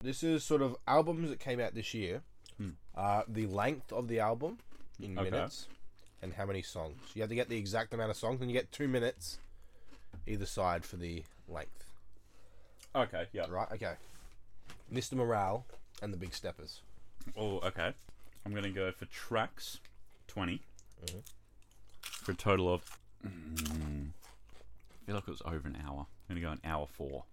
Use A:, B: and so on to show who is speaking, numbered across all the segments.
A: This is sort of albums that came out this year, uh, the length of the album in
B: Okay.
A: minutes, and how many songs. You have to get the exact amount of songs, and you get two minutes either side for the length.
B: Okay, yeah.
A: Right? Okay. Mr. Morale and the Big Steppers.
B: Oh, okay. I'm gonna go for tracks 20
A: Mm-hmm.
B: for a total of. Mm, I feel like it was over an hour. I'm gonna go an hour four.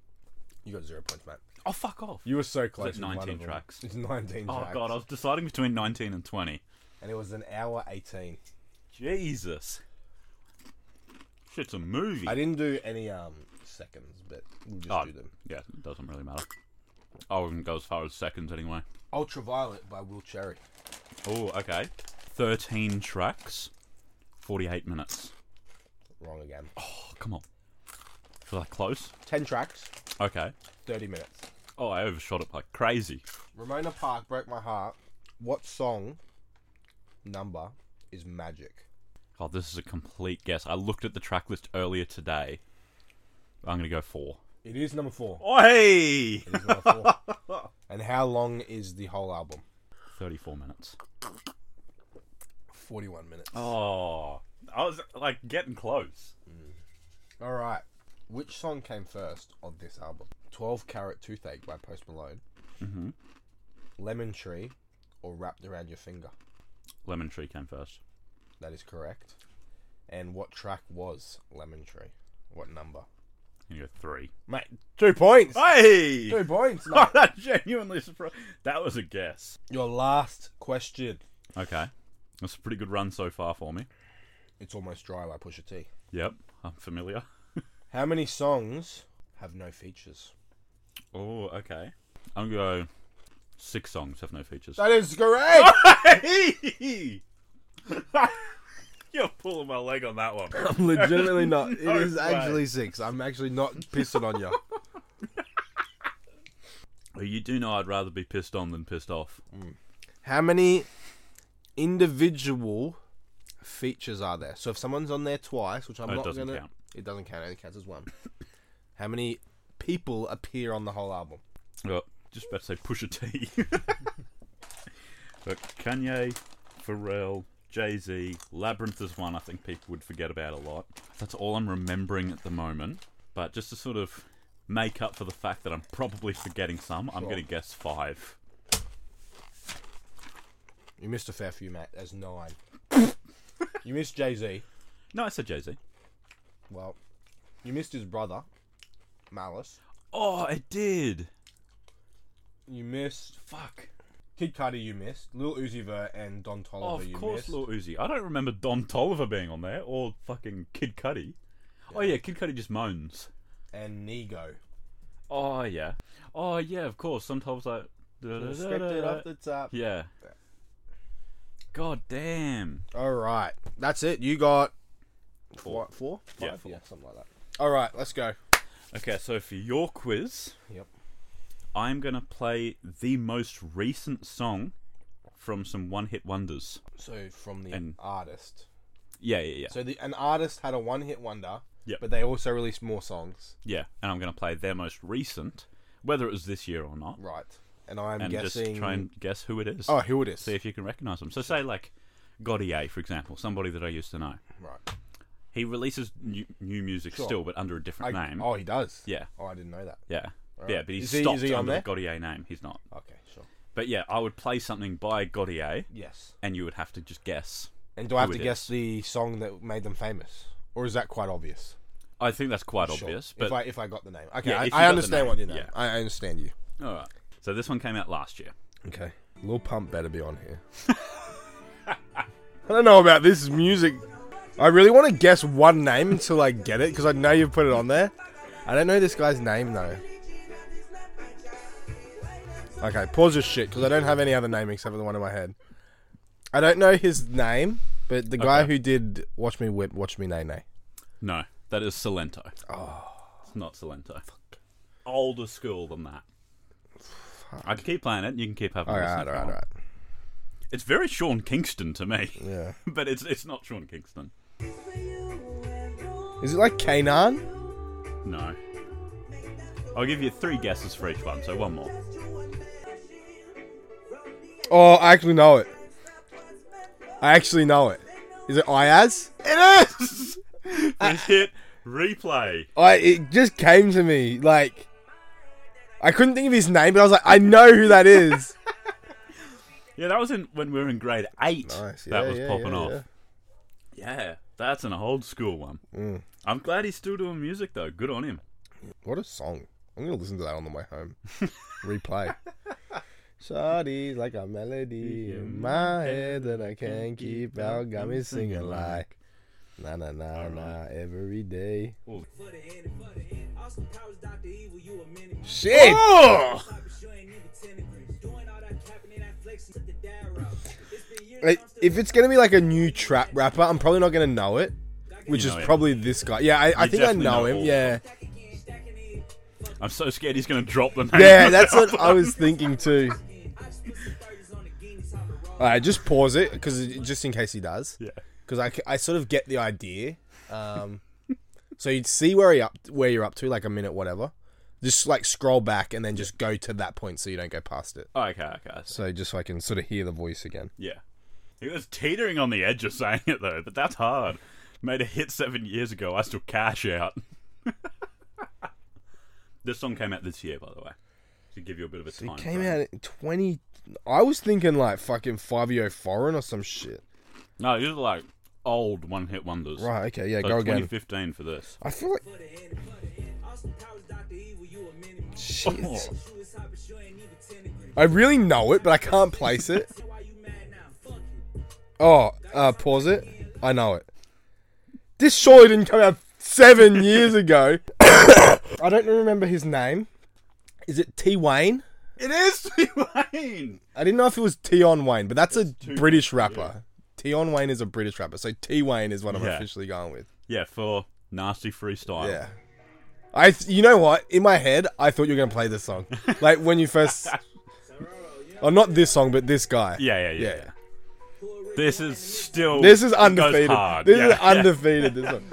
A: You got zero points, mate.
B: Oh fuck off!
A: You were so close.
B: it
A: with one
B: 19
A: of them.
B: tracks?
A: It's 19
B: oh
A: tracks.
B: god, I was deciding between 19 and 20.
A: And it was an hour 18.
B: Jesus, shit's a movie.
A: I didn't do any um seconds, but we'll just
B: Oh,
A: do them.
B: yeah, it doesn't really matter. I wouldn't go as far as seconds anyway.
A: Ultraviolet by Will Cherry.
B: Oh, okay. 13 tracks, 48 minutes.
A: Wrong again.
B: Oh, come on. Was that close?
A: 10 tracks,
B: Okay.
A: 30 minutes.
B: Oh, I overshot it like crazy.
A: Ramona Park broke my heart. What song number is Magic?
B: God, this is a complete guess. I looked at the track list earlier today. I'm going to go four.
A: It is number four.
B: Oi!
A: It is number four. and how long is the whole album?
B: 34 minutes.
A: 41 minutes.
B: Oh, I was like getting close.
A: All right. Which song came first on this album? 12 Carat Toothache by Post Malone.
B: Mhm.
A: Lemon Tree or Wrapped Around Your Finger?
B: Lemon Tree came first.
A: That is correct. And what track was Lemon Tree? What number?
B: And you go three.
A: Mate, two points.
B: Hey!
A: Two points. Mate.
B: Oh, that genuinely surprised. That was a guess.
A: Your last question.
B: Okay. That's a pretty good run so far for me.
A: It's almost dry by Pusha T.
B: Yep, I'm familiar.
A: How many songs have no features?
B: Oh, okay. I'm gonna go six songs have no features.
A: That is correct.
B: You're pulling my leg on that one.
A: I'm legitimately not. It
B: No
A: is
B: way.
A: actually six. I'm actually not pissing on you.
B: Well, you do know I'd rather be pissed on than pissed off.
A: How many individual features are there? So if someone's on there twice, which I'm
B: No, Oh, it
A: not
B: doesn't
A: gonna,
B: count.
A: it doesn't count. It only counts as one. How many people appear on the whole album?
B: Well, Uh, just about to say push a T. but Kanye, Pharrell, Jay Z, Labyrinth is one I think people would forget about a lot. That's all I'm remembering at the moment. But just to sort of make up for the fact that I'm probably forgetting some, I'm
A: Sure.
B: going to guess five.
A: You missed a fair few, Matt. There's nine. you missed Jay Z.
B: No, I said Jay Z.
A: Well, you missed his brother, Malice.
B: Oh, I did.
A: You missed
B: Fuck.
A: Kid Cudi. You missed Lil Uzi Vert and Don Toliver.
B: Oh, of
A: you
B: course,
A: missed.
B: Lil Uzi. I don't remember Dom Tolliver being on there or fucking Kid Cudi. Oh yeah, Kid Cudi just moans.
A: and Nego.
B: Oh yeah. Oh yeah, of course. Sometimes I.
A: Scripted off the top.
B: Yeah. God damn.
A: All right, that's it. You got
B: Four.
A: four, four?
B: Yeah,
A: Five?
B: four.
A: something like that. All right, let's go.
B: Okay, so for your quiz,
A: Yep.
B: I'm gonna play the most recent song from some one-hit wonders.
A: So from the
B: And-
A: artist.
B: Yeah, yeah, yeah,
A: So the an artist had a one-hit wonder.
B: Yep.
A: But they also released more songs.
B: yeah. And I'm gonna play their most recent, whether it was this year or not,
A: Right. And I'm
B: and
A: guessing.
B: just try and guess who it is.
A: Oh, who it is?
B: see if you can recognize them. So, say like Gaudier, for example, somebody that I used to know.
A: Right.
B: He releases new, new music
A: Sure.
B: still, but under a different
A: I,
B: name.
A: oh, he does.
B: Yeah,
A: Oh, I didn't know that.
B: yeah, yeah. But he's
A: Is he-
B: stopped
A: is he on
B: under
A: there?
B: the Gaudier name. He's not.
A: Okay, sure.
B: But yeah, I would play something by Gaudier,
A: Yes.
B: and you would have to just guess.
A: And do I have
B: Who
A: to
B: it
A: guess the song that made them famous, or is that quite obvious?
B: I think that's quite
A: Sure.
B: obvious. But
A: if I if I got the name, okay,
B: Yeah,
A: I,
B: if you got
A: I
B: the
A: understand
B: name,
A: what you know.
B: yeah.
A: I I understand you.
B: all right. So this one came out last year.
A: Okay. Lil Pump better be on here. I don't know about this music. I really want to guess one name until I get it because I know you've put it on there. I don't know this guy's name though. Okay, pause your shit because I don't have any other name except for the one in my head. I don't know his name, but the guy
B: Okay.
A: who did Watch Me Whip, Watch Me Nay Nay.
B: No, that is Salento. Oh, it's not Salento. Older school than that. I can keep playing it. You can keep having.
A: All
B: a
A: right,
B: listen
A: all right,
B: if you
A: all right.
B: want. It's very Sean Kingston to me,
A: Yeah.
B: but it's it's not Sean Kingston.
A: Is it like Kanan?
B: No. I'll give you three guesses for each one, so one more.
A: Oh, I actually know it. I actually know it. Is it Iaz? It is. Ah.
B: We hit replay.
A: I it just came to me like I couldn't think of his name, but I was like, I know who that is.
B: Yeah, that was in when we were in grade eight.
A: Nice,
B: that
A: yeah,
B: was
A: yeah,
B: popping
A: yeah,
B: off. Yeah. that's an old school one.
A: Mm.
B: I'm glad he's still doing music though. Good on him.
A: what a song! I'm gonna listen to that on the way home. Replay. Shardy's like a melody in my head that I can't keep out. Got me singing like na na na na every day.
C: For the end, for the end. Austin Powers, Dr. Evil, you a minute.
A: Shit.
B: Oh!
C: Pop it, you ain't even 10 degrees. Doing all that capping and that flexing, took the dad route. It's been years,
A: Like,
C: I'm still
A: if it's gonna be like a new trap rapper, I'm probably not gonna know it. Which
B: You
A: is
B: know him.
A: probably this guy. Yeah, I, I
B: You
A: think I
B: definitely
A: know,
B: know
A: him.
B: all of
A: Yeah,
C: back again, stacking it.
B: I'm so scared he's gonna drop the name.
A: yeah,
B: of
A: that's
B: the
A: what I
B: album.
A: was thinking too.
C: I just put some 30s on the Guinness, how the raw.
A: All right, just pause it because just in case he does,
B: Yeah.
A: because I, c- I sort of get the idea. Um, so you'd see where he up where you're up to, like a minute, whatever. Just like scroll back and then just go to that point so you don't go past it.
B: Okay, okay. So,
A: So just so I can sort of hear the voice again.
B: yeah, he was teetering on the edge of saying it though, but that's hard. Made a hit seven years ago. I still cash out. this song came out this year, by the way. To give you a bit of a time.
A: It came
B: frame.
A: out in twenty. I was thinking like fucking five year foreign or some shit.
B: No, these are like old one-hit wonders.
A: Right. Okay. Yeah.
B: So
A: go again.
B: 2015 for this.
A: I feel like
C: For the end, for the end. Austin Powers, Dr. Evil, you a minute.
A: shit.
B: Oh.
C: You is hot, but you ain't even 10 degrees.
A: I really know it, but I can't place it.
C: Say why you mad now? Fuck you.
A: Oh, uh, pause it. I know it. This surely didn't come out seven years ago. I don't remember his name. Is it T Wayne?
B: It is T Wayne.
A: I didn't know if it was Tion Wayne, but that's a British rapper. Tion Wayne is a British rapper, so T Wayne is what I'm
B: Yeah.
A: officially going with.
B: Yeah, for nasty freestyle.
A: Yeah. I, th- you know what? In my head, I thought you were gonna play this song, like when you first. Oh, not this song, but this guy.
B: Yeah, yeah, yeah.
A: yeah.
B: This is still.
A: This is
B: goes
A: undefeated.
B: hard.
A: This
B: Yeah,
A: is
B: yeah.
A: undefeated. This one.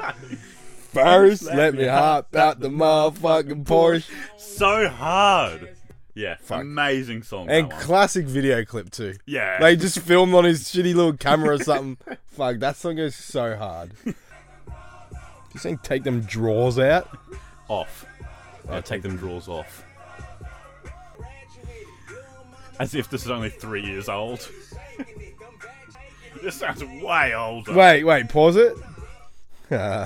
A: First, let me hop out the motherfucking Porsche.
B: So hard. Yeah, amazing song.
A: And
B: that one.
A: classic video clip too.
B: Yeah.
A: They just filmed on his shitty little camera or something. Fuck, that song goes so hard. You saying take them drawers out?
B: off. I take them drawers off. As if this is only three years old. this sounds way older.
A: Wait, wait, pause it.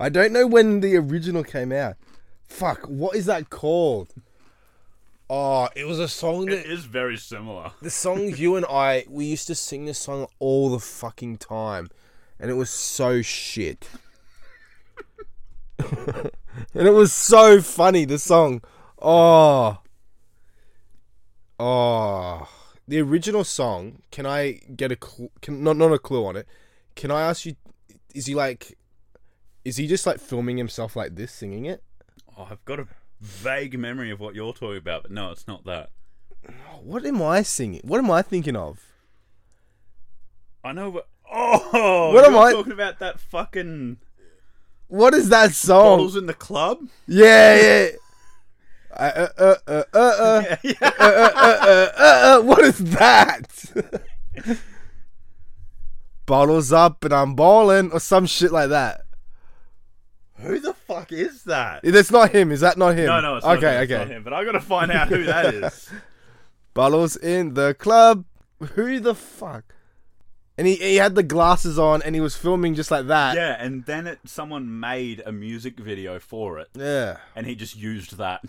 A: I don't know when the original came out. Fuck, what is that called? Oh, it was a song that
B: It is very similar.
A: the song you and I we used to sing this song all the fucking time, and it was so shit. and it was so funny. The song, oh, oh, the original song. Can I get a cl- can, not not a clue on it? Can I ask you? Is he like? Is he just like filming himself like this, singing it?
B: Oh, I've got a vague memory of what you're talking about, but no, it's not that.
A: What am I singing? What am I thinking of?
B: I know what. Oh,
A: What am
B: you're
A: I-
B: talking about? That fucking
A: What is that song?
B: bottles in the club.
A: Yeah, yeah. Uh, uh, uh, uh, uh, uh, uh, uh, uh, what is that? Bottles up and I'm balling or some shit like that.
B: Who the fuck is that?
A: That's not him. Is that not him?
B: No, no, it's
A: okay,
B: not him, it's
A: okay.
B: not him, But I gotta find out who that is.
A: Bottles in the club. Who the fuck? And he, he had the glasses on and he was filming just like that.
B: yeah, and then it, someone made a music video for it,
A: Yeah.
B: and he just used that.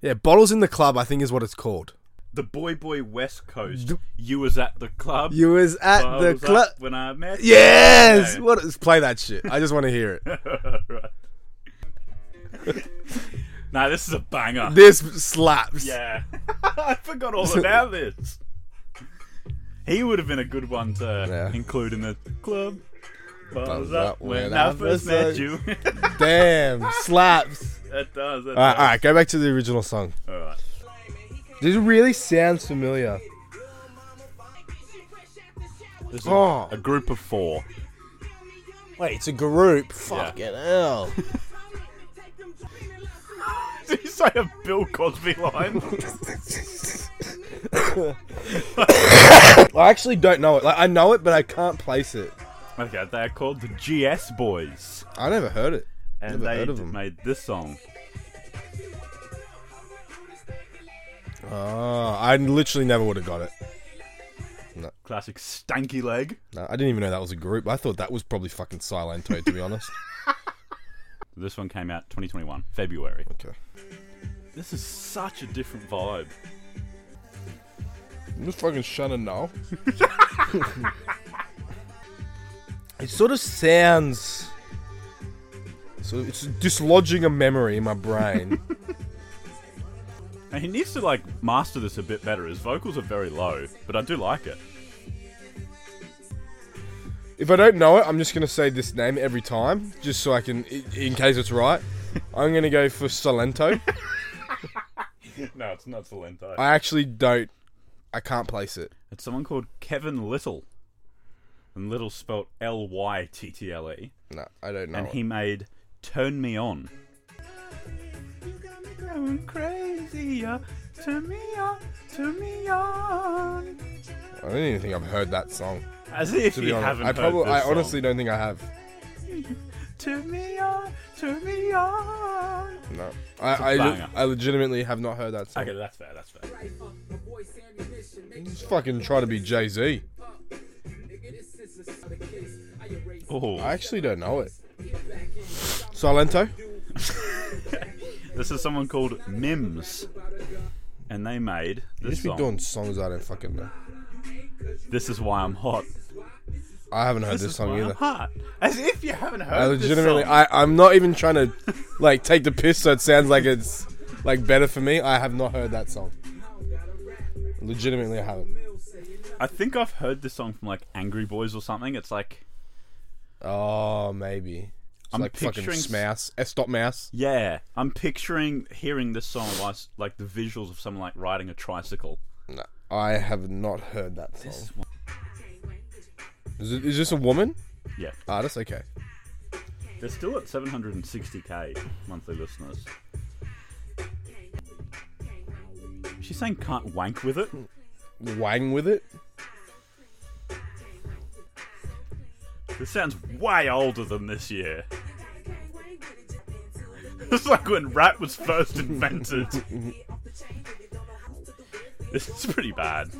A: Yeah, Bottles in the club, I think is what it's called.
B: The Boy Boy West Coast. You was at the club.
A: You was at
B: I
A: the
B: was
A: club.
B: up when I met. you.
A: Yes!
B: Yeah.
A: What is play that shit. I just want to hear it.
B: Right. nah, this is a banger.
A: This slaps.
B: Yeah. I forgot all about this. He would have been a good one to
A: Yeah.
B: include in the club. Buzz
A: Buzz
B: up when I first met you.
A: Damn, slaps.
B: that does. That
A: All right,
B: does.
A: all right, go back to the original song.
B: All right.
A: This really sounds familiar.
B: This is
A: Oh.
B: a group of four.
A: Wait, it's a group. Fucking hell.
B: He's say a Bill Cosby line?
A: I actually don't know it. Like I know it, but I can't place it.
B: okay, they are called the GS Boys,
A: I never heard it.
B: and
A: Never
B: they
A: heard of
B: d-
A: them.
B: made this song.
A: Oh, I literally never would have got it.
B: Classic Stanky Leg.
A: No, I didn't even know that was a group. I thought that was probably fucking Silent Toad, to be honest.
B: This one came out 2021, February.
A: Okay.
B: This is such a different vibe.
A: I'm just fucking shunning now. it sort of sounds. So it's dislodging a memory in my brain.
B: And he needs to like master this a bit better. His vocals are very low, but I do like it.
A: if I don't know it, I'm just gonna say this name every time, just so I can, i- in case it's right. I'm gonna go for Salento.
B: No, it's not Salento.
A: I actually don't. I can't place it.
B: It's someone called Kevin Little. And Little spelt L Y T T L E.
A: No, I don't know.
B: And
A: it.
B: he made Turn Me On. You got me going crazy, uh, turn me on, turn me on.
A: I don't even think I've heard that song.
B: As if
A: To
B: you
A: be honest,
B: haven't
A: I
B: heard
A: probably,
B: this
A: I
B: song.
A: honestly don't think I have.
B: Turn me on, turn me on.
A: No, I,
B: a
A: I, le-
B: banger.
A: I legitimately have not heard that song.
B: Okay, that's fair, that's fair.
C: Right up, my boy Sammy Mission, make
A: Just
C: sure
A: fucking try to be Jay Z.
C: up. Nigga, this is a solid case. I erase
B: Oh,
A: I actually don't know it.
C: get back in. Stop
A: Silento.
B: this is someone called Mims. And they made
A: You
B: this
A: just be
B: song.
A: doing songs I don't fucking know.
B: This is why I'm hot.
A: I haven't heard
B: This
A: this,
B: is
A: song
B: why I'm
A: either.
B: hot. As if you haven't heard
A: I legitimately,
B: this song.
A: I, I'm not even trying to like take the piss so it sounds like it's like better for me. I have not heard that song. Legitimately, I haven't.
B: I think I've heard this song from like Angry Boys or something. It's like,
A: Oh, maybe. It's
B: I'm
A: like fucking
B: picturing s-
A: Smouse. S Stop Mouse.
B: yeah, I'm picturing hearing this song whilst like the visuals of someone like riding a tricycle.
A: No, I have not heard that song.
B: This one-
A: Is, it, is this a woman?
B: Yeah,
A: Ah, that's okay.
B: they're still at 760k monthly listeners. She's saying can't wank with it.
A: Wang with it.
B: This sounds way older than this year. It's like when rap was first invented. this is pretty bad.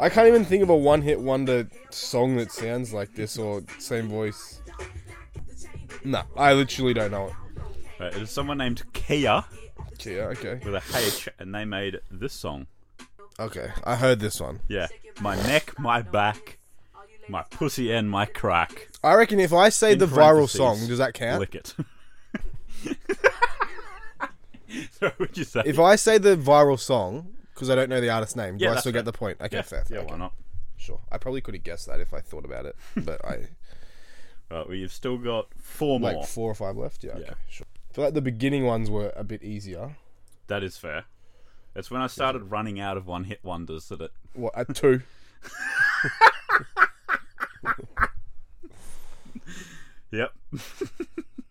A: I can't even think of a one-hit wonder song that sounds like this or same voice. No, I literally don't know it.
B: Right, it is someone named Kia
A: Yeah, okay.
B: with a H, and they made this song.
A: Okay, I heard this one.
B: Yeah. My neck, my back, my pussy, and my crack.
A: I reckon if I say
B: In
A: the viral
B: parentheses,
A: song, does that count?
B: Lick it. so would you say?
A: If I say the viral song, because I don't know the artist's name,
B: Yeah,
A: do I
B: that's
A: still
B: fair.
A: get the point? Okay,
B: yeah,
A: fair.
B: yeah,
A: okay,
B: why not?
A: Sure. I probably could have guessed that if I thought about it, but I
B: Right, well, you've still got four more.
A: like four or five left. Yeah,
B: Yeah.
A: okay, sure. I feel like the beginning ones were a bit easier.
B: That is fair. It's when I started running out of one hit wonders that it.
A: What at two?
B: Yep.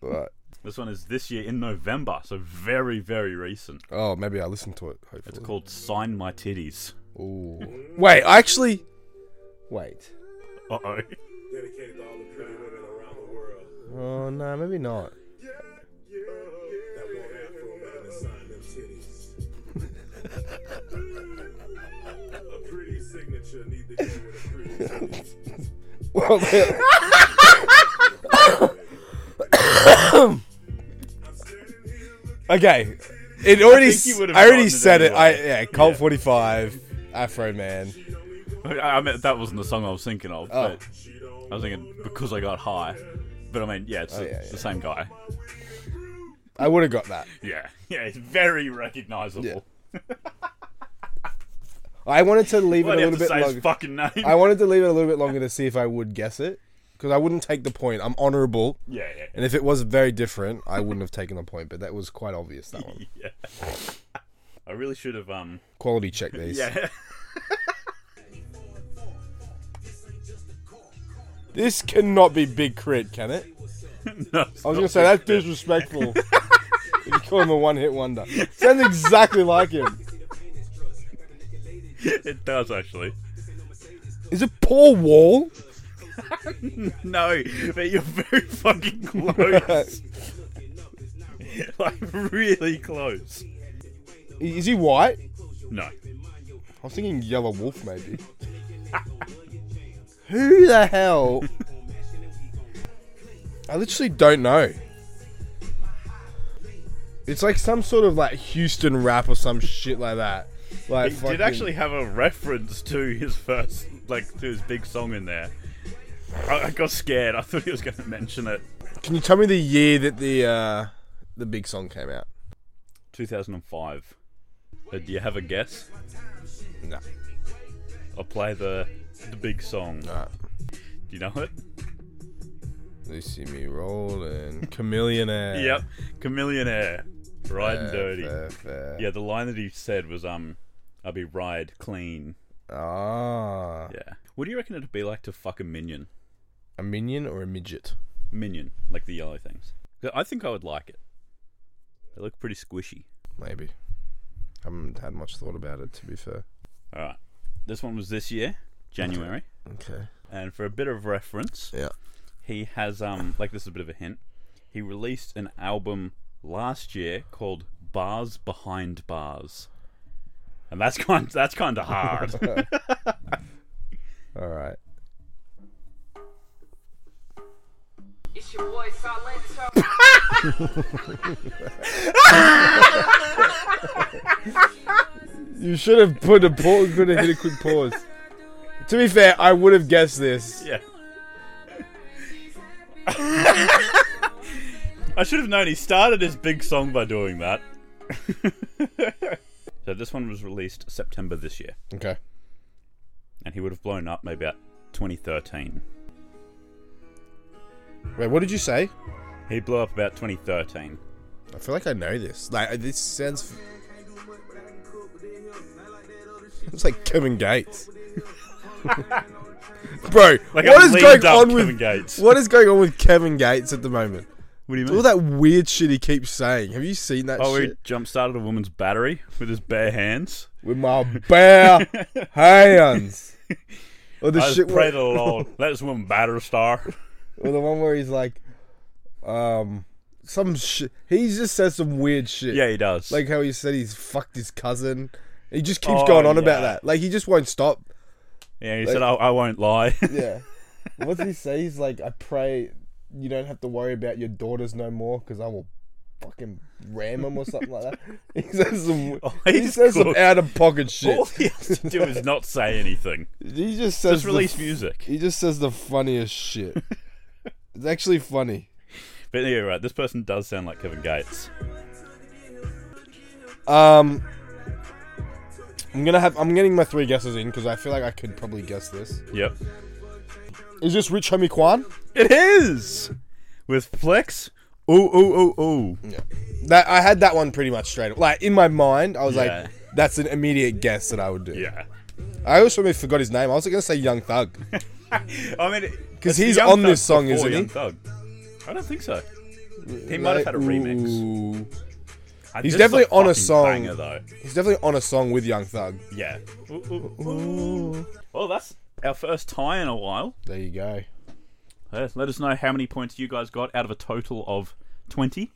A: right.
B: This one is this year in November, so very, very recent.
A: Oh, maybe I listened to it.
B: It's
A: Hopefully.
B: called Sign My Titties.
A: Ooh. Wait, I actually. Wait.
B: Uh oh.
D: Dedicated to all the pretty women around the world
A: Oh no, maybe not.
D: that want afro man to sign them titties. a pretty signature need to do with a pretty titty.
A: Well, then-
D: I'm standing here looking
A: okay. It already.
B: think you
A: s-
B: would have
A: I already
B: gotten it
A: said it. I
B: anyway.
A: yeah. Colt forty five. Afro man.
B: I I mean, that wasn't the song I was thinking of,
A: Oh.
B: but I was thinking because I got high. But I mean, yeah, it's, the,
A: Oh, yeah,
B: it's the
A: yeah.
B: same guy.
A: I would have got that.
B: Yeah, yeah, it's very recognizable.
A: Yeah. I wanted to leave
B: Why
A: it
B: do
A: a little
B: you have to
A: bit
B: say
A: longer.
B: his fucking name?
A: I wanted to leave it a little bit longer to see if I would guess it because I wouldn't take the point. I'm honourable,
B: yeah, yeah,
A: and if it was very different, I wouldn't have taken the point. But that was quite obvious. That one
B: yeah. I really should have. Um.
A: quality check these.
B: Yeah.
A: This cannot be big crit, can it?
B: No,
A: I was gonna say that's disrespectful. you call him a one-hit wonder. Sounds exactly like him.
B: it does actually.
A: Is it Paul Wall?
B: No, but you're very fucking close. like really close.
A: Is he white?
B: No,
A: I was thinking Yellow Wolf, maybe. Who the hell? I literally don't know. It's like some sort of like Houston rap or some shit like that.
B: he
A: Like
B: did
A: fucking-
B: actually have a reference to his first, like to his big song in there. I, I got scared. I thought he was going to mention it.
A: Can you tell me the year that the uh, the big song came out?
B: 2005. Uh, do you have a guess?
A: No.
B: I'll play the the big song. Do
A: Alright.
B: you know it?
A: They see me rolling. Chameleon air.
B: Yep. Chameleon Air. Ride and
A: Fair,
B: dirty.
A: fair, fair.
B: Yeah, the line that he said was um I'll be ride clean.
A: Ah.
B: Yeah. What do you reckon it'd be like to fuck a minion?
A: A minion or a midget?
B: Minion, like the yellow things. I think I would like it. They look pretty squishy.
A: Maybe. haven't had much thought about it, to be fair.
B: All right. This one was this year, January.
A: Okay.
B: And for a bit of reference,
A: Yeah.
B: he has um like this is a bit of a hint. He released an album last year called Bars Behind Bars. And that's kind that's kind of hard.
A: All right.
E: It's your boy Silent Talk.
A: You should have put a pause. Could have hit a quick pause. to be fair, I would have guessed this.
B: yeah. I should have known he started his big song by doing that. so this one was released September this year
A: Okay.
B: and he would have blown up maybe about 2013.
A: Wait, what did you say?
B: He blew up about 2013.
A: I feel like I know this. Like uh, this sounds. It's like Kevin Gates. Bro,
B: Like
A: what
B: a
A: is
B: leaned
A: going
B: up
A: on
B: Kevin
A: with
B: Gates.
A: what is going on with Kevin Gates at the moment?
B: What do you mean?
A: All that weird shit he keeps saying. Have you seen that
B: Oh, he
A: shit?
B: jump started a woman's battery with his bare hands.
A: With my bare hands. Or the
B: I just
A: shit
B: pray
A: where,
B: to the Lord. Let this woman batter a star.
A: or the one where he's like, um, some shit. He just says some weird shit.
B: Yeah, he does.
A: Like how he said he's fucked his cousin. He just keeps
B: Oh,
A: going on
B: yeah.
A: about that. Like he just won't stop.
B: yeah, he said, I, I won't lie.
A: Yeah. what does he say? He's like, I pray you don't have to worry about your daughters no more because I will fucking ram them or something like that. He says some,
B: Oh,
A: he
B: he's
A: says some
B: cooked.
A: out of pocket shit.
B: All he has to do is not say anything.
A: He just says
B: Just release
A: the,
B: music.
A: He just says the funniest shit. it's actually funny.
B: But yeah, right, this person does sound like Kevin Gates.
A: Um, I'm gonna have. I'm getting my three guesses in because I feel like I could probably guess this.
B: Yep.
A: Is this Rich Homie Kwan?
B: It is! With Flex. Ooh, ooh, ooh, ooh.
A: That I had that one pretty much straight. up. Like in my mind, I was
B: Yeah.
A: like, "That's an immediate guess that I would do."
B: Yeah.
A: I also forgot his name. I was gonna say Young Thug.
B: I mean,
A: Because
B: it's
A: he's
B: Young
A: on
B: Thug
A: this song, isn't
B: before
A: he?
B: Young Thug. I don't think so. He might have had a remix.
A: Ooh.
B: I-
A: He's
B: this is
A: definitely on a
B: fucking
A: song.
B: Banger, though.
A: He's definitely on a song with Young Thug.
B: Yeah. Ooh, ooh, ooh. Well, that's our first tie in a while.
A: There you go.
B: Uh, Let us know how many points you guys got out of a total of 20.